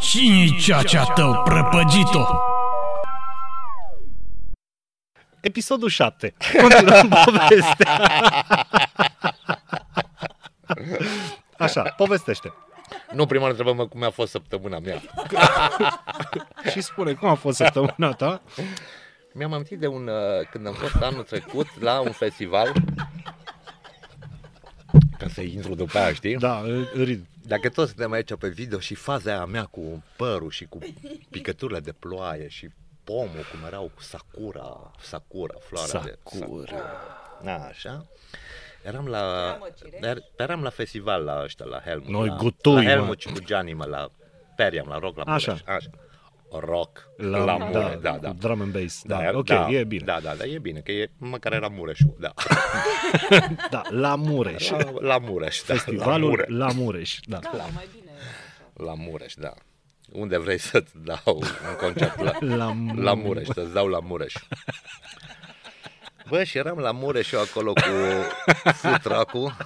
Cine-i ceacea tău prăpăgit-o? Episodul 7. Continuăm povestea. Așa, povestește. Nu, prima oară întrebăm cum a fost săptămâna mea. Și spune cum a fost săptămâna ta. Mi-am amintit de un, uh, când am fost anul trecut la un festival, ca să intru după aia, știi? Da, îl- îl rid. Dacă toți suntem aici pe video și faza aia mea cu părul și cu picăturile de ploaie și pomul, cum erau cu Sakura, Sakura, floarea de Sakura. Da, Așa. Eram la, er, eram la festival la ăștia, la Helmut. Noi la, gutui, la mă. Helmut și cu Gianni, mă, la Periam, la Rock, la Așa. Mureș. Așa. Rock, la, la Mure, da, da. da. cu Drum and bass. Da, era- ok, da, e bine. Da, Da, da, da, e bine, că e, măcar era Mureșul, da. da la Mureș. La, la Mureș, da. la Festivalul Mureș. la Mureș. Da. Da, mai bine. La Mureș, da. Unde vrei să-ți dau un concert la, da. La Mureș. la Mureș, să-ți dau la Mureș. Bă, și eram la Mureș eu acolo cu futracul.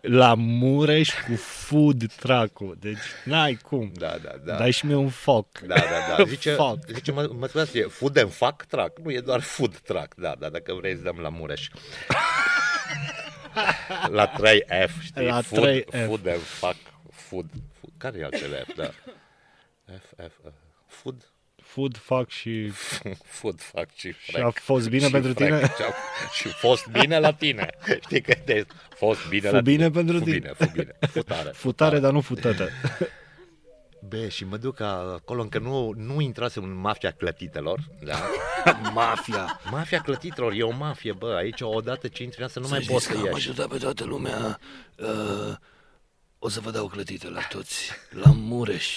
La Mureș cu food truck Deci n-ai cum. Da, da, da. Dai și mie un foc. Da, da, da. Zice, Fuck. zice mă, mă spunea să fie food and fuck track. Nu, e doar food track. Da, da, dacă vrei să dăm la Mureș. La 3F, știi? La food, 3F. food and fuck. Food. food. Care e altele F? Da. F, F, F. Food? Food, fuck și... Food fac și frec. a fost bine și pentru frec. tine? Și, a, și fost bine la tine. Știi că de fost bine Fu la bine tine. pentru fu tine. Bine, fu bine, futare. Futare, dar nu futătă. Be, și mă duc acolo încă nu, nu intrasem în mafia clătitelor. Da? mafia. Mafia clătitelor, e o mafie, bă. Aici odată ce intri în asta nu mai poți să Știți că am ieși. ajutat pe toată lumea. Uh, o să vă dau clătită la toți. La Mureș.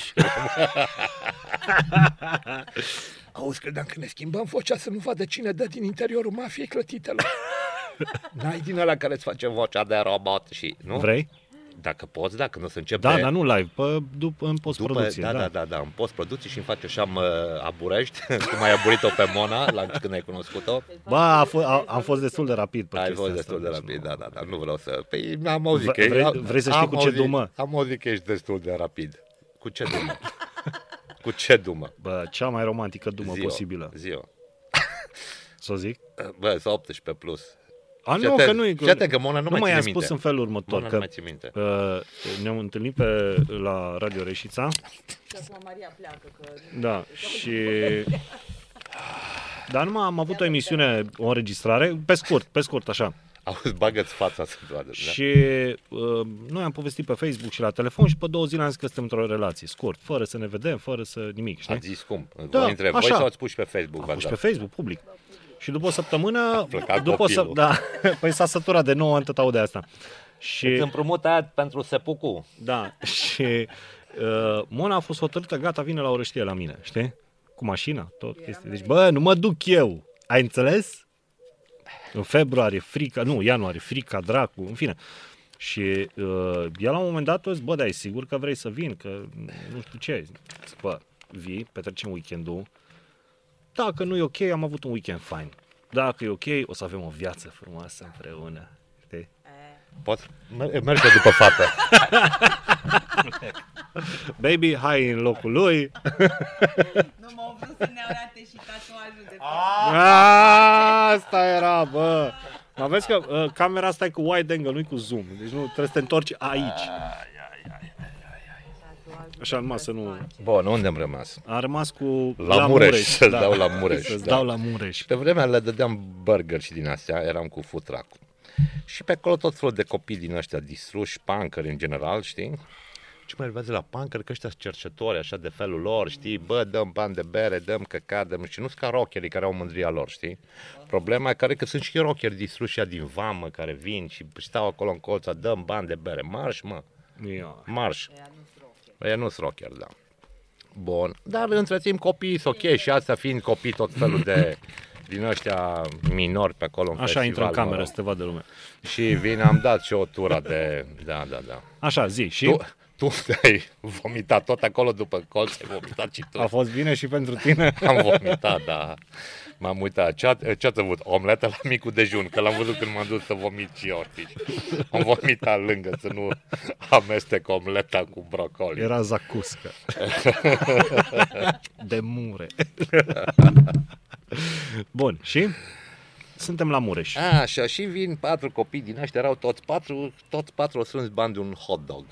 Auzi, credeam că ne schimbăm vocea să nu vadă cine dă din interiorul mafiei clătitelor. N-ai din ăla care îți face vocea de robot și... Nu? Vrei? Dacă poți, dacă nu o să începe... Da, dar nu live, pe, după, în postproducție. da, da. da, da, da, în post-producție și îmi face așa mă aburești, cum ai aburit-o pe Mona la când ai cunoscut-o. Ba, a f- a, am fost destul de rapid pe Ai chestia fost asta, destul de deci rapid, nu. da, da, da, nu vreau să... Păi am auzit Vre- că... vrei- am- vrei să știi am cu ce auzit- dumă? Am auzit că ești destul de rapid. Cu ce dumă? cu ce dumă? Bă, cea mai romantică dumă Zi-o, posibilă, Zi-o. Uh, să o zic. Bă, sau 18 plus. A, Fii nu, atent, că nu e... fii atent că Mona nu mai mai ține am spus minte. în felul următor, Mona nu că mai ține minte. uh, ne-am întâlnit pe, la Radio Reșița, Și acum Maria pleacă, că da, și... Dar numai am avut o emisiune, o înregistrare, pe scurt, pe scurt, așa. Auzi, bagă-ți fața să vadă. Da? Și uh, noi am povestit pe Facebook și la telefon și pe două zile am zis că suntem într-o relație, scurt, fără să ne vedem, fără să nimic, știi? Ați zis cum? Da, Da, între voi așa. sau ați pus și pe Facebook? Am pus v-ați pe dat? Facebook, public. Și după o săptămână, plecat după o să, copilul. da, păi s-a săturat de nouă tot aude asta. Îți Și, împrumut aia pentru sepucu. da, și uh, Mona a fost hotărâtă, gata, vine la orăștie la mine, știi? Cu mașina, tot chestia. Deci, bă, nu mă duc eu, ai înțeles? În februarie, frica, nu, ianuarie, frica, dracu, în fine. Și uh, ea la un moment dat a zis, bă, dar e sigur că vrei să vin, că nu știu ce. Zic, bă, vii, petrecem weekendul, dacă nu e ok, am avut un weekend fain. Dacă e ok, o să avem o viață frumoasă împreună. Știi? Poți? Mer- Merge după fată. Baby, hai în locul lui. nu m-au vrut să ne arate și tatuajul de Aaa, Asta era, bă. Mă vezi că uh, camera asta e cu wide angle, nu cu zoom. Deci nu, trebuie să te întorci aici. Așa numai să nu... Bun, unde am rămas? A rămas cu... La Mureș, să-ți dau la Mureș, Să-ți da. dau la Mureș. Pe vremea le dădeam burger și din astea, eram cu futracul. Și pe acolo tot felul de copii din ăștia distruși, punkeri în general, știi? Ce mă enervează la punker că ăștia sunt cercetori așa de felul lor, știi? Bă, dăm bani de bere, dăm căcat, dăm... Și nu sunt ca rockerii care au mândria lor, știi? Problema e care că sunt și rockeri distruși ea din vamă care vin și stau acolo în colța, dăm bani de bere. Marș, mă! Ia. Marș. Ea nu sunt rocker, da. Bun. Dar între timp copiii sunt ok și astea fiind copii tot felul de din ăștia minori pe acolo în Așa intră în festival, mă cameră rog. să te vadă lumea. Și vine, am dat și o tură de... Da, da, da. Așa, zi. Și... Tu, tu ai vomitat tot acolo după colț, ai vomitat și tu. A fost bine și pentru tine? Am vomitat, da. M-am uitat. Ce-a- Ce ați avut? Omletă la micul dejun, că l-am văzut când m-am dus să vomit și eu. știi? Am vomitat lângă, să nu amestec omleta cu brocoli. Era zacuscă. De mure. Bun, și? Suntem la Mureș. Așa, și vin patru copii din ăștia, erau toți patru, toți patru o strâns bani de un hot dog.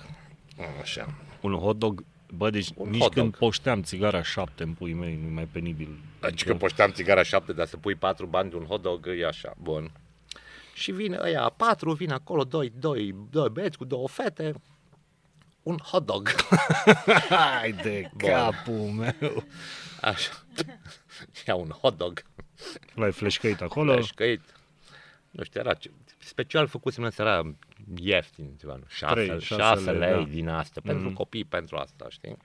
Așa. Un hot dog, bă, deci Un nici hot când dog. poșteam țigara șapte în pui mei, nu mai penibil. Adică că poșteam țigara șapte, dar să pui patru bani de un hot dog, e așa, bun. Și vin ăia patru, vin acolo doi, doi, doi băieți cu două fete, un hot dog. Hai de capul meu! Așa. Ia un hot dog. L-ai flashcăit acolo? Plășcăit. Nu știu, era ce, special făcut în seara ieftin, ceva, nu? 6, Trei, 6, șase 6 lei, lei da. din asta, pentru copii, pentru asta, știi?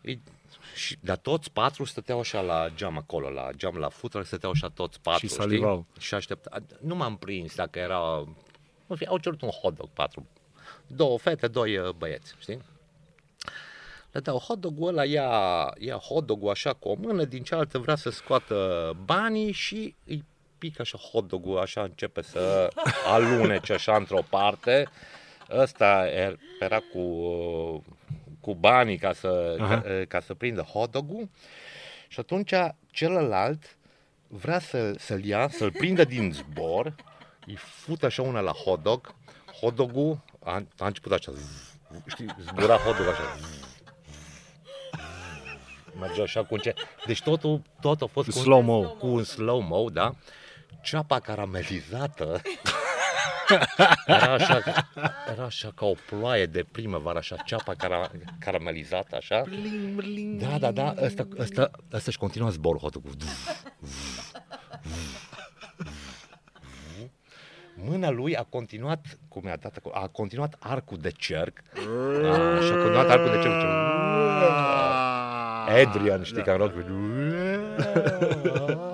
Ei, și, dar toți patru stăteau așa la geam acolo, la geam la futră, stăteau așa toți patru, Și salivau. Știi? Și aștepta. Nu m-am prins dacă era... Nu știu, au cerut un hot dog patru. Două fete, doi uh, băieți, știi? Le dau hot dog-ul ăla, ia, ia hot dog-ul așa cu o mână, din cealaltă vrea să scoată banii și îi pică așa hot dog-ul, așa începe să alunece așa într-o parte. Ăsta er- era cu, uh, cu banii ca să, ca, uh, ca să prindă hot dog-ul și atunci celălalt vrea să, să-l ia, să-l prindă din zbor, îi fută așa una la hot dog, hot dog-ul a, a început așa, zzz, știi, zbura hot dog așa, zzz, merge așa cu ce. Deci totul, tot a fost cu un- Slow-mo. Cu un slow-mo, da? Ceapa caramelizată era așa, era așa ca o ploaie de primăvară, așa, ceapa cara, caramelizată, așa. Da, da, da, ăsta, ăsta, ăsta își continua zborul hot cu... Mâna lui a continuat, cum mi-a dat acolo, a continuat arcul de cerc. A, și a continuat arcul de cerc. Adrian, știi, da. ca în rock.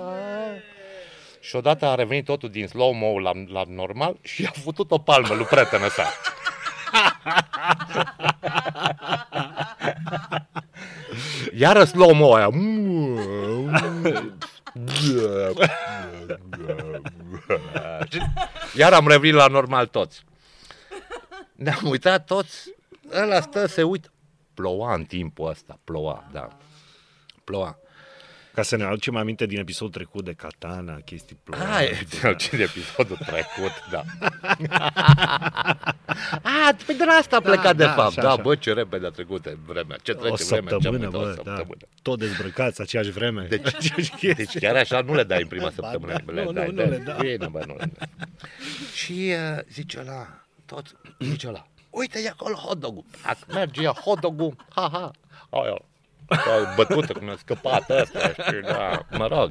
Și odată a revenit totul din slow-mo la, la normal și a făcut o palmă lui prietenă sa. Iară slow-mo aia. Iar am revenit la normal toți. Ne-am uitat toți. Ăla stă, se uită. Ploua în timpul ăsta, ploua, da. Ploua. Ca să ne aducem aminte din episodul trecut de Katana, chestii Ah, ploare. e din episodul trecut, da. ah, păi de la asta a plecat da, de da, fapt. așa, da, așa. bă, ce repede a trecut vremea. Ce trece O vremea, ce săptămână, mută, o bă, da. săptămână. Tot dezbrăcați aceeași vreme. Deci, deci chiar așa nu le dai în prima săptămână. da, le nu, dai, nu, nu le dau. Bine, bă, nu le dai. Și uh, zice ăla, tot, zice ăla, uite e acolo hot dog Merge ea hot dog ha, ha. Aia, aia bătută cum a scăpat ăsta, știi, da, mă rog.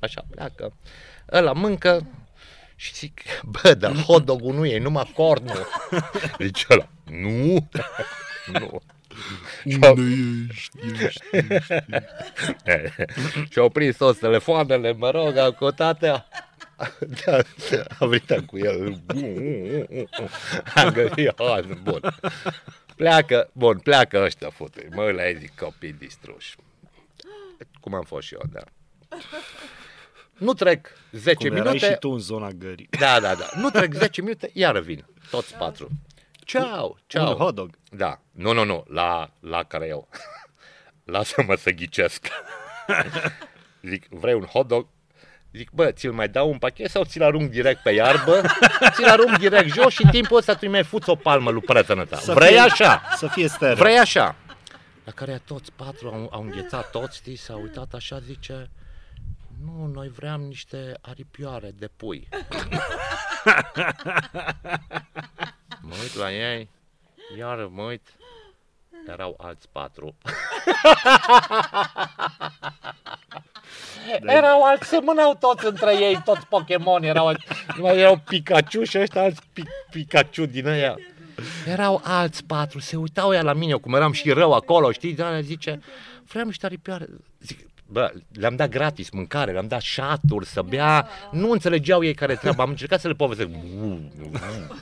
Așa pleacă. Ăla mâncă și zic, bă, dar hot dog nu e, numai cornul. Zice ăla, nu, nu. Unde ești, ești? Și-au prins toți telefoanele, mă rog, am cu tatea. Da, am venit cu el. Am găsit, hai, bun. Pleacă, bun, pleacă ăștia, fute. Mă, ăla e zic, copii distruși. Cum am fost și eu, da. Nu trec 10 Cum erai minute. și tu în zona gării. Da, da, da. Nu trec 10 minute, iară vin. Toți patru. Ceau, ceau. Un hot dog. Da. Nu, nu, nu. La, la care eu. Lasă-mă să ghicesc. Zic, vrei un hot dog? Zic, bă, ți-l mai dau un pachet sau ți-l arunc direct pe iarbă? Ți-l arunc direct jos și timpul ăsta tu mai fuți o palmă lui prietenă ta. Să Vrei fie- așa? Să fie stereo. Vrei așa? La care toți patru au, au înghețat toți, știi, s-au uitat așa, zice, nu, noi vreau niște aripioare de pui. mă uit la ei, iar mă uit, erau alți patru. Erau alți, se mânau toți între ei, toți Pokémon, erau, alți- numai erau Pikachu și ăștia alți Pi- Pikachu din aia. Erau alți patru, se uitau ea la mine, eu cum eram și rău acolo, știi, dar zice, vreau niște aripioare. Zic, Bă, le-am dat gratis mâncare, le-am dat șaturi să bea. Nu înțelegeau ei care treaba. Am încercat să le povestesc.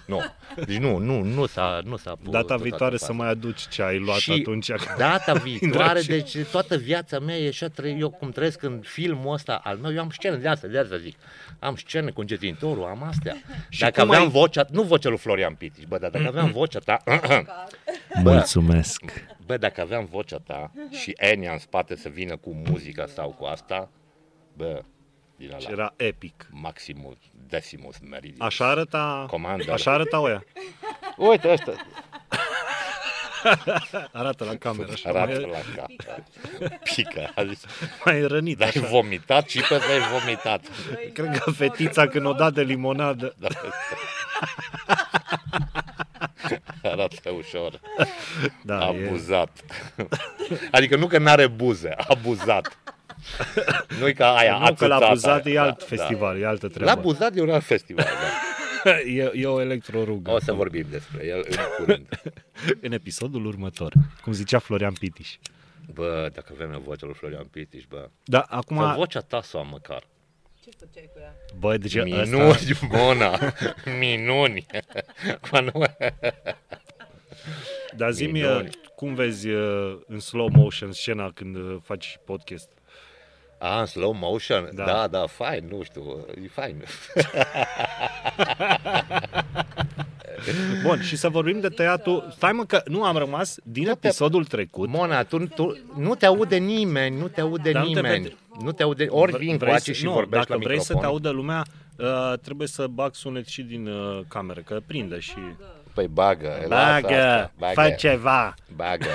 Nu. Deci nu, nu, nu s-a... Nu s-a Data putut viitoare asta. să mai aduci ce ai luat Și atunci. Data viitoare, și- deci toată viața mea e așa, trăi, eu cum trăiesc în filmul ăsta al meu, eu am scene de astea, de asta zic. Am scene cu încetintorul, am astea. Și dacă cum aveam ai- vocea, nu vocea lui Florian Pitici, bă, dar dacă Mm, aveam vocea ta, uh-huh. Mulțumesc. bă, dacă aveam vocea ta și Enia în spate să vină cu muzica sau cu asta, bă, din Și ala, era epic. Maximus Decimus Meridius. Așa arăta, Comandă. așa arăta oia. Uite ăsta. Arată la cameră. Așa. Arată Mai, la cap. Pică. A zis, mai rănit. L-ai Așa. vomitat și pe ai vomitat. Păi, Cred că fetița când o da de limonadă. Arată ușor. Da, e, Abuzat. Adică nu că n-are buze, abuzat. Nu-i ca aia, nu că la ațățata Buzat aia. e alt Da, festival, e altă Da. La treabă. Buzat e un alt festival, da. e, e o electrorugă. O să vorbim despre el în curând. În episodul următor, cum zicea Florian Pitiș. Bă, dacă avem eu vocea lui Florian Pitiș, bă. Da, Sau acum, vocea ta să am măcar. Ce făceai cu ea? bă, deci Minuni, ăsta, Mona. Minuni. Cu nu dar Da, zi-mi minuni. cum vezi uh, în slow motion scena când uh, faci podcast. A, în slow motion? Da. Da. da, da, fain, nu știu, e fain. Bun, și să vorbim de tăiatul. Stai mă că nu am rămas din episodul trecut. Mona, tu, tu, nu te aude nimeni, nu te aude Dar nu te nimeni. vede- Nu te aude, ori vin cu să- acei și nu, vorbești dacă la vrei să microfon. te audă lumea, uh, trebuie să bag sunet și din uh, cameră, că prinde și... Păi bagă, lasă Bagă, asta, fă ceva! bagă,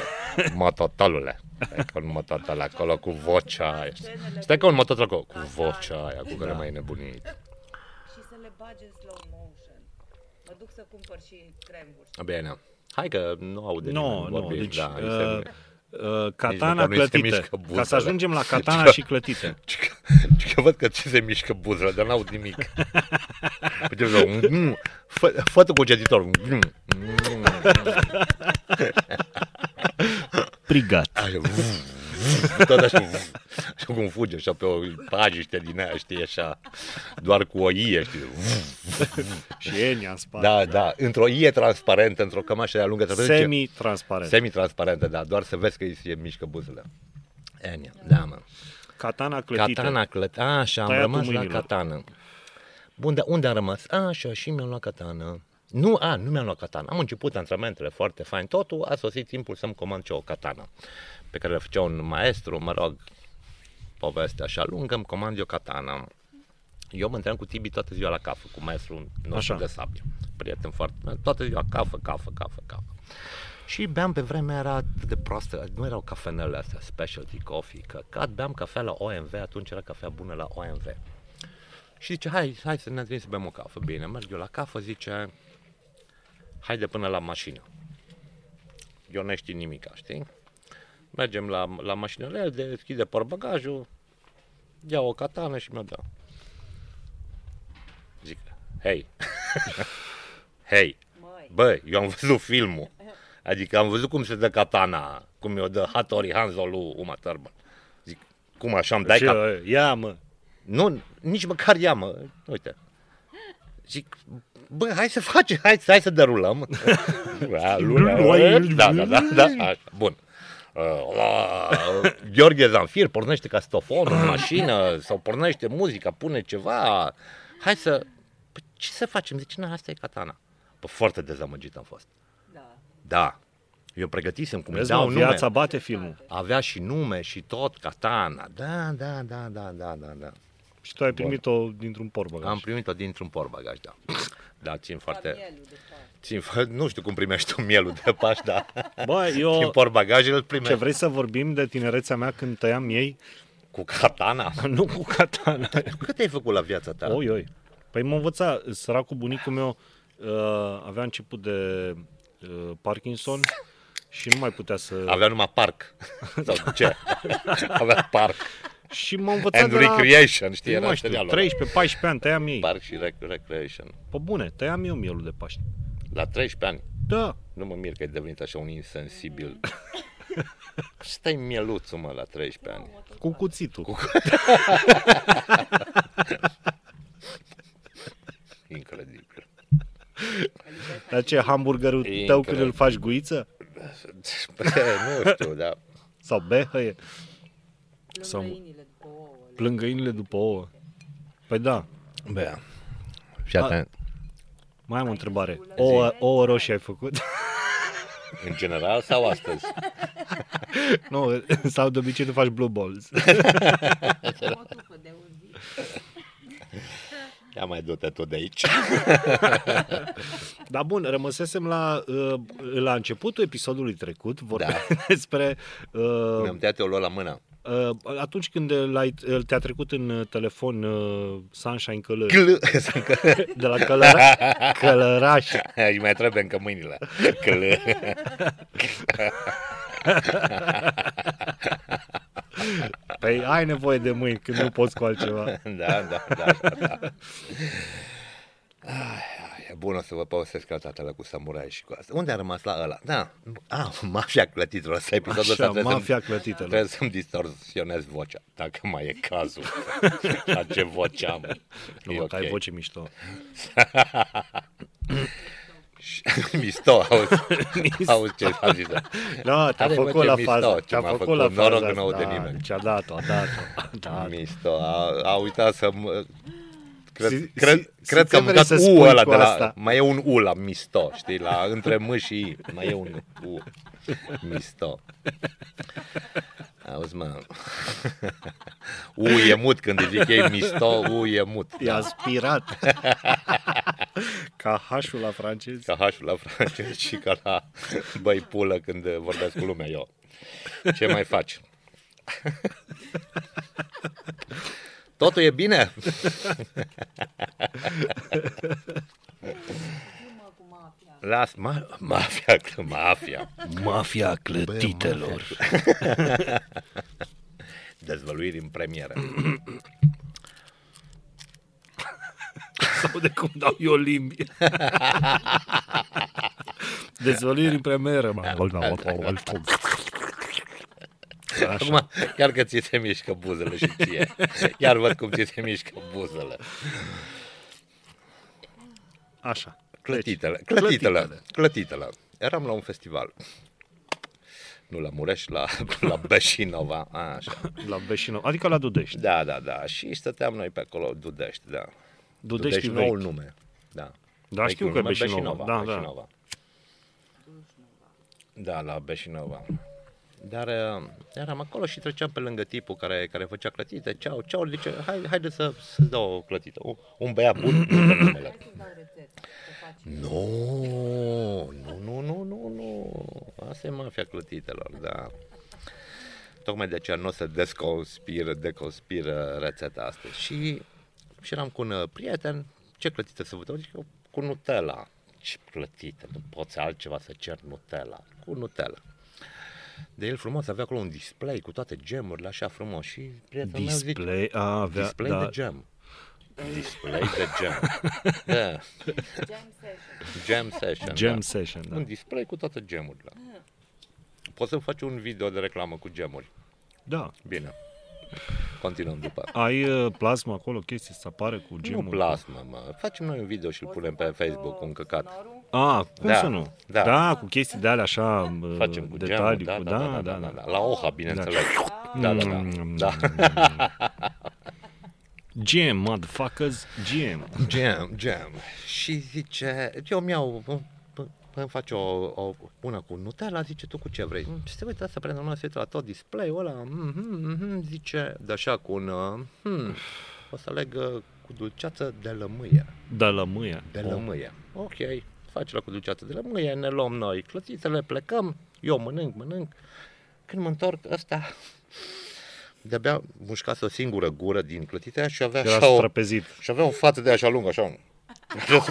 mototolule. Stai că un mototol acolo cu vocea aia. Stai că un mototol acolo cu vocea aia cu care Da. mai e nebunit. Și să le bage în slow motion. Mă duc să cumpăr și cremuri. Bine, hai că nu aude Nu, nimeni nu, vorbim, deci da, uh, este- uh, măcar katana nu-i se clătită. mișcă Ca să buzele. Deci da. ajungem la katana și clătită. Și că, și că văd că ți se mișcă buzele, dar n-aud nimic. Uite, vreau, mm, fă, fă tu cu getitorul. Mm, mm, Prigat. așa, vf, vf, tot așa, vf, așa cum fuge, așa pe o pajiște din aia, știi, așa, doar cu o ie, știi, vf. Și Enia în spate. da, da, într-o ie transparentă, într-o cămașă de lungă, transparentă, Semi-transparent. semi-transparentă, da, doar să vezi că îi se mișcă buzele. Enia, da, mă. Katana clătită. Katana clătită. Așa, am Tăiatul rămas la mâinilor. katana. Bun, dar unde am rămas? Așa, și mi-am luat katana. Nu, a, nu mi-am luat katana. Am început antrenamentele foarte fain. Totul a sosit timpul să-mi comand și eu o katana. Pe care le făcea un maestru, mă rog, poveste așa lungă, îmi comand eu katana. Eu mă întream cu Tibi toată ziua la cafă, cu maestrul nostru Așa. de sabie. Prieten foarte... Toată ziua cafă, cafă, cafă, cafă. Și beam pe vremea era atât de proastă, adică nu erau cafenele astea, specialty coffee, căcat, beam cafea la OMV, atunci era cafea bună la OMV. Și zice, hai, hai să ne adrim să bem o cafă. Bine, merg eu la cafă, zice, haide până la mașină. Eu nu știu nimic, știi? Mergem la, la mașină, el deschide porbagajul, ia o catană și mi-o dă. Zic, hei, hei, Măi, Bă, eu am văzut filmul. Adică am văzut cum se dă katana, cum i-o dă Hattori Hanzo lui Uma Thurman. Zic, cum așa îmi dai Și, katana? uh, ia mă. Nu, nici măcar ea, mă. Uite. Zic, bă, hai să facem, hai, hai să derulăm. Da, luna, da, da, da, da, așa, bun. Uh, la Gheorghe Zanfir pornește castofon în mașină sau pornește muzica, pune ceva. Hai să... Păi, ce să facem? Zice, na, asta e katana. Pă, foarte dezamăgit am fost. da. Da. Eu pregătisem cum îi Vezi, mă, dau nume. viața bate filmul. Avea și nume și tot, katana. Da, da, da, da, da, da, da. Și tu ai primit-o dintr-un porbagaj. Am primit-o dintr-un porbagaj, da. Da, țin Foarte... foarte... Mielul de fapt. Țin, fo- nu știu cum primești tu mielul de paș, da. Bă, Din eu... porbagaj îl Ce primești. vrei să vorbim de tinerețea mea când tăiam ei? Cu katana. Nu cu katana. Tu cât ai făcut la viața ta? Oi, oi. Păi mă învăța, săracul bunicul meu uh, avea început de uh, Parkinson și nu mai putea să... Avea numai parc. Sau ce? Avea parc. Și m-a învățat And de la... recreation, știi? Nu Era mai știu, serialul. 13-14 ani tăiam ei. Parc și rec- recreation. Pe bune, tăiam eu mielul de Paște. La 13 ani. Da. Nu mă mir că ai devenit așa un insensibil. Stai mieluțul, mă, la 13 ani. Cu cuțitul. Cu... Incredibil. Dar ce, hamburgerul E tău când incredibil. îl faci guiță? Păi, nu știu, dar Sau behăie? Sau- Lângăinile după ouăle. Plângăinile după ouă? Păi da. Bea. Și atent, Mai am o întrebare. Ouă, ouă roșii ai făcut? în general sau astăzi? nu, sau de obicei tu faci blue balls. O tupă de un zi. Ia mai du-te tu de aici. Dar bun, rămăsesem la, uh, la începutul episodului trecut, vorbeam da. Da. despre uh, Mi-am tăiat eu lua la mână. uh, atunci când l-ai, te-a trecut în uh, telefon uh, Sunshine Călăraș, Cl- de la Călăra, Călăraș, Îi mai trebuie încă mâinile. Cl. păi ai nevoie de mâini când nu poți cu altceva. Da, da, da, da, da. Ai, ai, Bun, o să vă povestesc altă dată la cu samurai și cu asta. Unde a rămas la ăla? Da, ah, mafia clătitelor. Asta e episodul ăsta. Așa, trebuie să-mi- mafia clătitelor. Trebuie să-mi distorsionez vocea, dacă mai e cazul. la ce voce am. Nu, okay. ai voce mișto. Misto, auzi, auzi ce a zis. Da, te-a Are, bă, făcut ce la mișto faza. ce Te-a m-a făcut făcut. la faza. Noroc că n-aude asta. nimeni. Ce-a dat-o, a dat-o, a dat-o. Misto, a, a uitat să mă... Cred, Si- si- cred, cred că simțeam am mâncat vrei să U spui ăla cu de la... asta. Mai e un U la misto, știi? La, între M și I. Mai e un U. Misto. Auzi, mă... U e mut când îi zic ei misto, U e mut. E aspirat. Ca hașul la francez. ca hașul la francez și ca la băi pulă când vorbesc cu lumea eu. Ce mai faci? Totul e bine? Mă, cu mafia. Las ma- mafia, că mafia. Mafia clătitelor. Dezvăluiri în premieră. Sau de cum dau eu limbi. Dezvăluiri în premieră. Așa. Acum, chiar că ți se mișcă buzele și ție. Iar văd cum ți se mișcă buzele. Așa. Clătitele, clătitele, clătitele. Eram la un festival. Nu la Mureș, la, la Beșinova. A, așa. La Beșinov. Adică la Dudești. Da, da, da. Și stăteam noi pe acolo, Dudești, da. Dudești, Dudești noul vechi. nume. Da. Da, știu Vechiul că e nume, Beșinova. Da, da. Beșinova. Da, la Beșinova. Dar uh, eram acolo și treceam pe lângă tipul care, care făcea clătite. Ceau, ceau, zice, hai, haide să, să dau o clătită. Un, un băiat bun, nu știu numele. Hai să-ți dau rețetă. Să faci. Nu, nu, nu, nu, nu, nu. Asta e mafia clătitelor, da. Tocmai de aceea nu o să desconspir, deconspir uh, rețeta asta. Și, și eram cu un uh, prieten, ce clătită să vă dau? Zic eu, cu Nutella. Ce clătită, nu poți altceva să cer Nutella. Cu Nutella. De el frumos avea acolo un display cu toate gemurile așa frumos și prietenul meu zice, Display. A, avea, display da. de gem. Display de gem. da. Jam session. Jam session. Jam da. session, Da. da. Un display cu toate gemurile. Poți să faci un video de reclamă cu gemuri. Da. Bine. Continuăm după. Ai uh, plasma acolo, chestii, să apare cu gemul. Nu plasmă, mă. Facem noi un video și îl punem pe Facebook cu un căcat. Norul? A, Ah, cum Da, să nu? da. da, cu chestii de alea așa, uh, Facem cu detalii, gemuri. Da, cu, da, da, da, da, da. La OHA, bineînțeles. Da, da, da. da. Jam, motherfuckers, jam. Jam, jam. Și zice, eu mi iau, îmi face o, o, una cu Nutella, zice, tu cu ce vrei? Și se uită asta pe normal, se uită la tot display-ul ăla, mhm, mhm, zice, de așa cu un, uh, hmm, o să aleg uh, cu dulceață de lămâie. De lămâie. De lămâie. Ok, face la cu dulceață de lămâie, ne luăm noi clătitele, plecăm, eu mănânc, mănânc. Când mă întorc, ăsta de-abia mușcase o singură gură din clătite aia și avea Era așa o, străpezit. și avea o față de așa lungă, așa.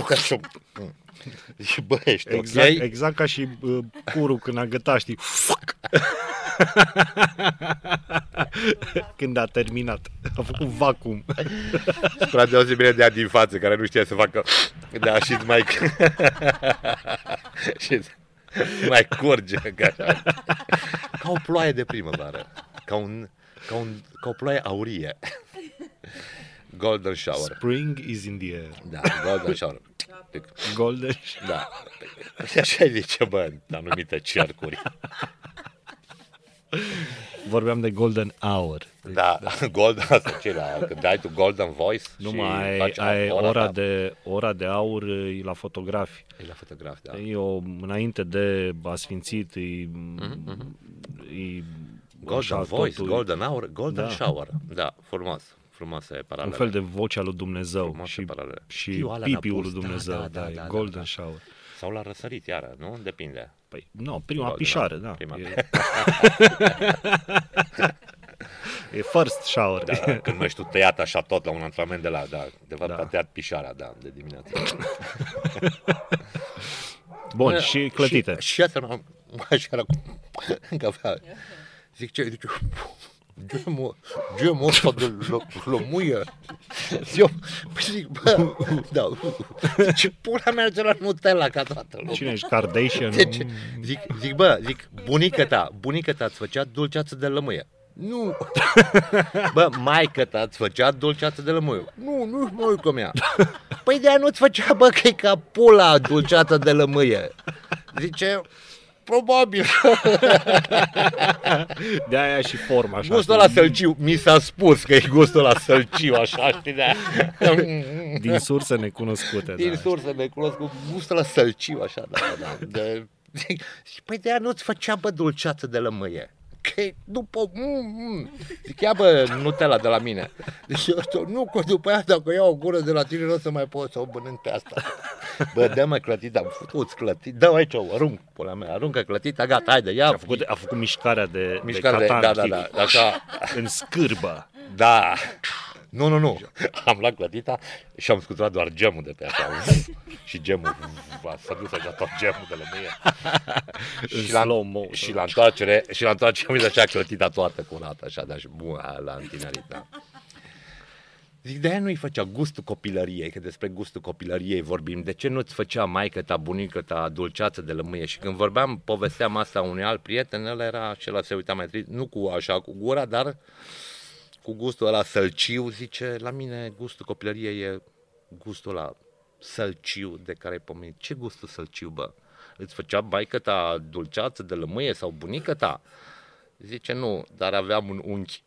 Așa. Mm. Zice, bă, ești Exact, ok? exact ca și uh, curul când a gătat, știi? când a terminat. A făcut vacuum. Spre deosebire de ea din față, care nu știa să facă... Da, și îți mai... și îți mai curge. Ca, ca o ploaie de primăvară. Ca un ca, un, ca o ploaie aurie. Golden shower. Spring is in the air. Da, golden shower. Deci, Golden. Da. Păi Așa zice, bă, în anumite cercuri. Vorbeam de golden hour. Da, golden, asta ce la, când dai tu golden voice Deci, Nu și mai ai, faci ai ora, ora, ta. de, ora de aur e la fotografi. E la fotograf, da. E o, înainte de asfințit, e, e Golden așa, Mhm, voice, totul e golden hour, golden Da. shower. Da, frumos. Frumoasă e paralela. un fel de vocea lui Dumnezeu Frumoase și, paralele. și Știu, alea ne-a pipiul pus, lui da, Dumnezeu. Da, da, da, da, golden da. shower. Sau la răsărit, iară, nu? Depinde. Păi, nu, prima Golden pișare, hour, da. prima. E, e first shower. Da. Da, când nu ești tu tăiat așa tot la un antrenament de la, da, de fapt Da. da. a tăiat pișarea, da, de dimineață. Da. Bun, și clătite. Și, și asta m-am, așa era cu cafea. Zic, ce, zice, gemul, gemul ăsta de lo- lomuie. Eu, păi zic, bă, da, ce pula mea de la Nutella ca toată lumea. Cine ești? Kardashian? Deci, zic, zic, bă, zic, bunica ta, bunica ta îți făcea dulceață de lămâie. Nu. Bă, maică ta îți făcea dulceață de lămâie. Nu, nu și maică mea. Păi de nu-ți făcea, bă, că e ca pula dulceață de lămâie. Zice, probabil, De aia și forma așa. gustul la sălciu, mi s-a spus că e gustul la sălciu, așa, știi, de Din surse necunoscute. Din da. surse ne cunosc cu gustul la sălciu, așa, da, da, da. De... Și păi de aia nu-ți făcea, bă, dulceață de lămâie. Că după... Mm, mm. Zic, ia, bă, Nutella de la mine. Deci eu stau, nu, că după aia, dacă iau o gură de la tine, nu o să mai pot să o mănânc pe asta. Bă, dă-mă clătita, am făcut clătita, dă aici, o arunc, pula mea, aruncă clătita, gata, haide, ia. A făcut, a făcut mișcarea de, Mișcare de de, catan, da, da, știi? da, așa, în scârbă. da. Nu, nu, nu. Am luat clătita și am scuturat doar gemul de pe așa. și gemul va- s-a dus așa tot gemul de lămâie. În slow mo. și la întoarcere, și la întoarcere am zis așa clătita toată curată, așa, dar și bun, a, la întinerit, da. Zic, de-aia nu-i făcea gustul copilăriei, că despre gustul copilăriei vorbim. De ce nu-ți făcea maică ta, bunică ta, dulceață de lămâie? Și când vorbeam, povesteam asta unui alt prieten, el era acela, se uita mai trist, nu cu așa, cu gura, dar cu gustul ăla sălciu, zice, la mine gustul copilăriei e gustul ăla sălciu de care ai pomenit. Ce gustul sălciu, bă? Îți făcea baică ta dulceață de lămâie sau bunică ta? Zice, nu, dar aveam un unchi.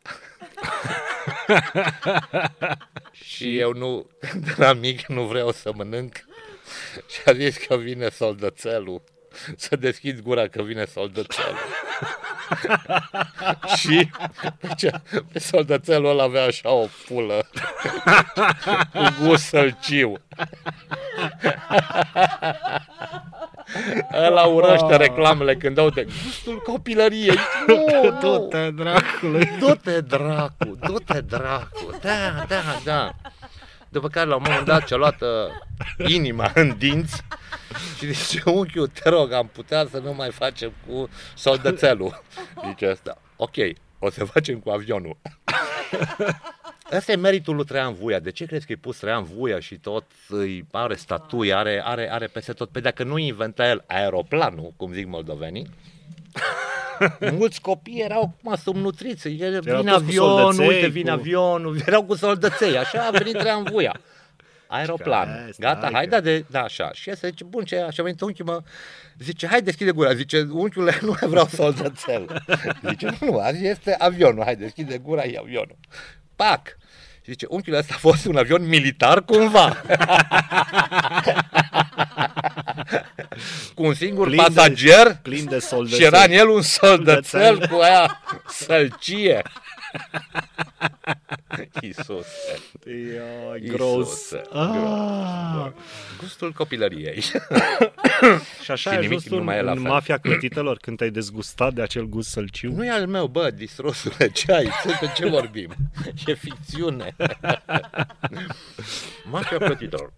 și eu nu, de la mic nu vreau să mănânc. Și a zis că vine soldățelul. Să deschid gura că vine soldățelul. și pe, ce, pe soldățelul ăla avea așa o pulă cu gust sălciu. Ăla urăște reclamele când dau de gustul copilăriei. Nu, nu. Du-te, dracului. Du-te, dracu, du-te, dracu, da, da, da. După care la un moment dat ce-a luat uh, inima în dinți și zice, unchiul, te rog, am putea să nu mai facem cu soldățelul. Zice asta, ok, o să facem cu avionul. Asta e meritul lui Traian Vuia. De ce crezi că i pus Traian Vuia și tot îi are statui, are, are, are peste tot? Pe dacă nu inventa el aeroplanul, cum zic moldovenii, mulți copii erau acum subnutriți. Ele Erau vine toți cu avionul, soldăței, uite, vine cu- avionul, erau cu soldăței, așa a venit Traian Vuia. Stai, Aeroplan. stai, Gata, că- hai, da, de, da, așa. Și el se zice, bun, ce, așa a venit unchiul, mă, zice, hai, deschide gura. Zice, unchiule, nu mai vreau soldățel. Zice, nu, nu, azi este avionul, hai, deschide gura, e avionul. Pac! Și zice, unchiule, ăsta a fost un avion militar cumva. cu un singur Plin de- pasager Plin de soldăței. și era în el un soldățel cu aia sălcie. Iisus. Ia, Iisus. gros. Ah. Gustul copilăriei. Și așa Și ai nimic ajuns nu în, mai e la în fel. mafia clătitelor, când te-ai dezgustat de acel gust sălciu. Nu e al meu, bă, distrosule, ce ai? Despre ce vorbim? E ficțiune. Mafia plătitelor.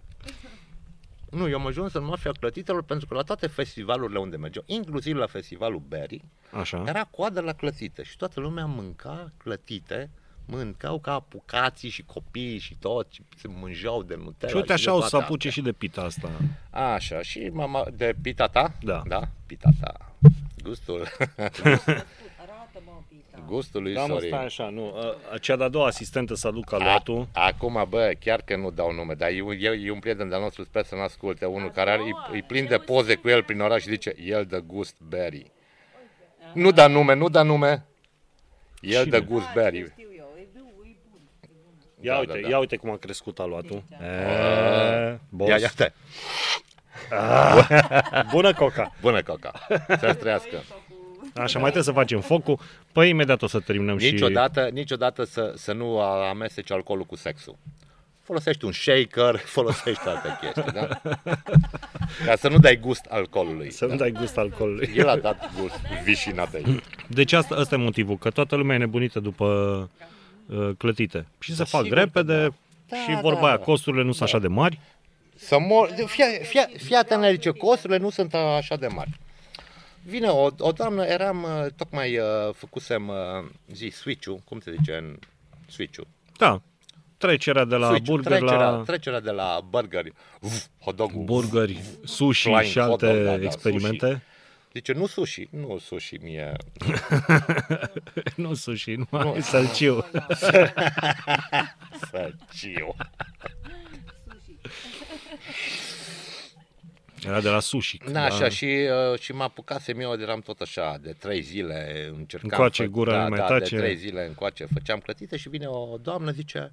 Nu, eu am ajuns în mafia clătitelor pentru că la toate festivalurile unde mergeam, inclusiv la festivalul Berry, Așa. era coadă la clătite și toată lumea mânca clătite, mâncau ca apucații și copii și tot, și se mânjau de Nutella. Și uite de așa o să toate apuce și de pita asta. Așa, și mama de pita ta? Da. Da, pita ta. Gustul. Arată-mă, Pita. Gustul lui Da, mă, Sorin. stai așa, nu. A, cea de-a doua asistentă s-a duc Ah. aluatul. Acum, bă, chiar că nu dau nume, dar e, un- el, e un prieten de-al nostru, sper să nu asculte, unul care are, îi, îi plin de poze cu el prin oraș și zice, el de gust berry. Nu da nume, nu da nume. El Cine? de gust Da, berry. ce știu eu, e bu- e bun. Ia da, uite, da, da. ia uite cum a crescut aluatul. E, boss. Ia, ia, stai. Bună coca. Bună, Coca. Să-ți trăiască. Așa, mai trebuie să facem focul. Păi imediat o să terminăm și... Niciodată, niciodată să, să nu amesteci alcoolul cu sexul. Folosești un shaker, folosești alte chestii, da? Ca să nu dai gust alcoolului. da. Să nu dai gust alcoolului. El a dat gust vișinatei. Deci asta, asta e motivul, că toată lumea e nebunită după uh, clătite. Și Da. se fac repede și vorba aia, costurile nu sunt așa de mari. Să mor... de- Fii, fii, fii atent, ne zice, costurile nu sunt așa de mari. Vine o, o doamnă, eram, uh, tocmai uh, făcusem, uh, zi, switch-ul, cum se zice în switch-ul? Da, trecerea de la Switch-ul, burger trecerea, la trecerea de la burgeri, uf, hot dog-ul, burgeri, sushi Flying și hot alte dog, da, da, experimente. Zice, nu sushi, nu sushi mie. nu sushi, nu mai sălciu. Săciu. Era de la sushi. Da, așa, și, uh, și mă apucasem eu, eram tot așa, de trei zile încercam. Încoace fă- gura, da, nu mai da, tace. de trei zile încoace, făceam clătite și vine o doamnă, zice,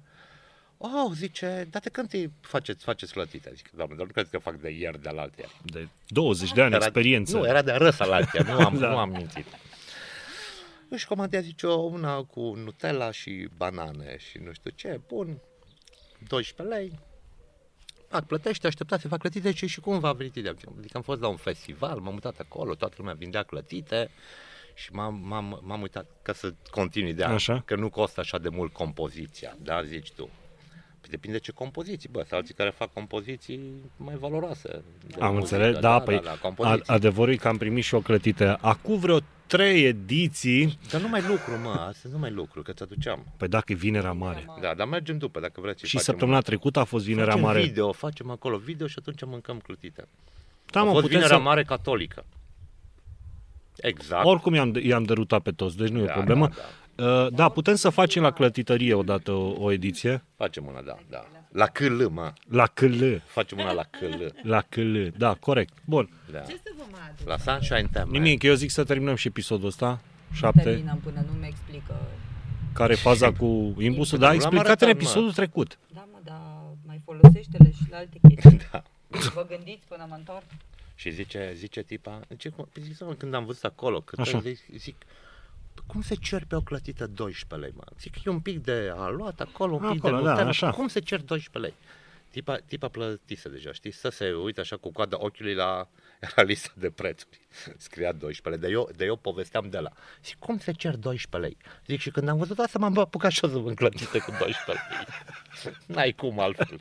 oh, zice, dar de când îi faceți, faceți clătite? Zic, doamnă, dar nu cred că fac de ieri, de la altă ieri. De 20 de ani experiență. Nu, era de răs la altă nu am, Da. da. nu am mințit. Își comandea, zice, una cu Nutella și banane și nu știu ce, bun, 12 lei, Fac, plătește, așteptați, fac clătite și, și cum v-a venit ideea? Adică am fost la un festival, m-am mutat acolo, toată lumea vindea clătite și m-am, m-am, m-am uitat ca să continui de Așa. că nu costă așa de mult compoziția, da, zici tu. Păi depinde ce compoziții, bă, sau alții care fac compoziții mai valoroase. de Am muzică, înțeles, da, păi a, compoziții. adevărul e că am primit și o clătită. Acum vreo trei ediții, Dar numai lucru, mă, astăzi numai lucru, că ți-aduceam. păi dacă e vinerea mare. Da, dar mergem după, dacă vreți. îi Și facem- săptămâna trecută a fost vinerea facem mare. video, facem acolo video și atunci mâncăm clătite. Da, a mă, fost putem vinerea să... să... mare catolică. Exact. Oricum i-am, i-am derutat pe toți, deci nu e o Da, problemă. da, Da, da. da, putem să facem la clătitărie odată o, o ediție. Facem una, da, da. La câl, mă. La cl, Facem una la câl. la cl, da, corect. Bun, Da. Ce să vă mai aduc? La Sunshine Temple. nimic, eu zic să terminăm și episodul ăsta. 7, terminăm până nu mi explică. care e faza cu imbusul, da, L-am explicat în arătat, mă. episodul trecut. Da, mă, dar mai folosește-le și la alte chestii. Da. Vă gândiți până mă întorc? Și zice, zice tipa, zice, cum, păi zic, doamne, când am văzut acolo, că Așa. zic, zic, "Păi cum se cer pe o clătită 12 lei, mă? Zic, e un pic de aluat acolo, un pic Acolo, de da, Nutella, așa. cum se cer 12 lei? Tipa, tipa plătise deja, știi, să se uite așa cu coada ochiului la era lista de prețuri. Scria 12 lei, dar eu, de eu povesteam de la. Zic, cum se cer 12 lei? Zic, și când am văzut asta, m-am apucat și o să vând clătite cu 12 lei. N-ai cum altfel.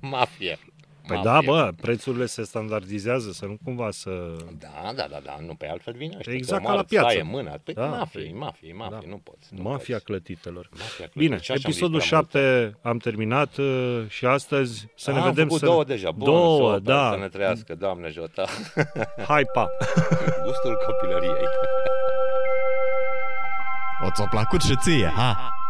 Mafie. Păi Mafie. da, bă, prețurile se standardizează, să nu cumva să... Da, da, da, da, nu pe altfel vine ăștia. Exact te ca la omoară, piață. taie mâna, păi Da. da, mafie, e mafie, e mafie, Da. da. nu poți. Nu Mafia poți. clătitelor. Mafia clătite. Bine, Și așa am zis episodul prea 7 am terminat uh, și astăzi să ne Ah, vedem am făcut să... două deja, bun, două, super, da. să ne trăiască, doamne Jota, Hai, pa! gustul copilăriei. O ți-a plăcut și ție, ha?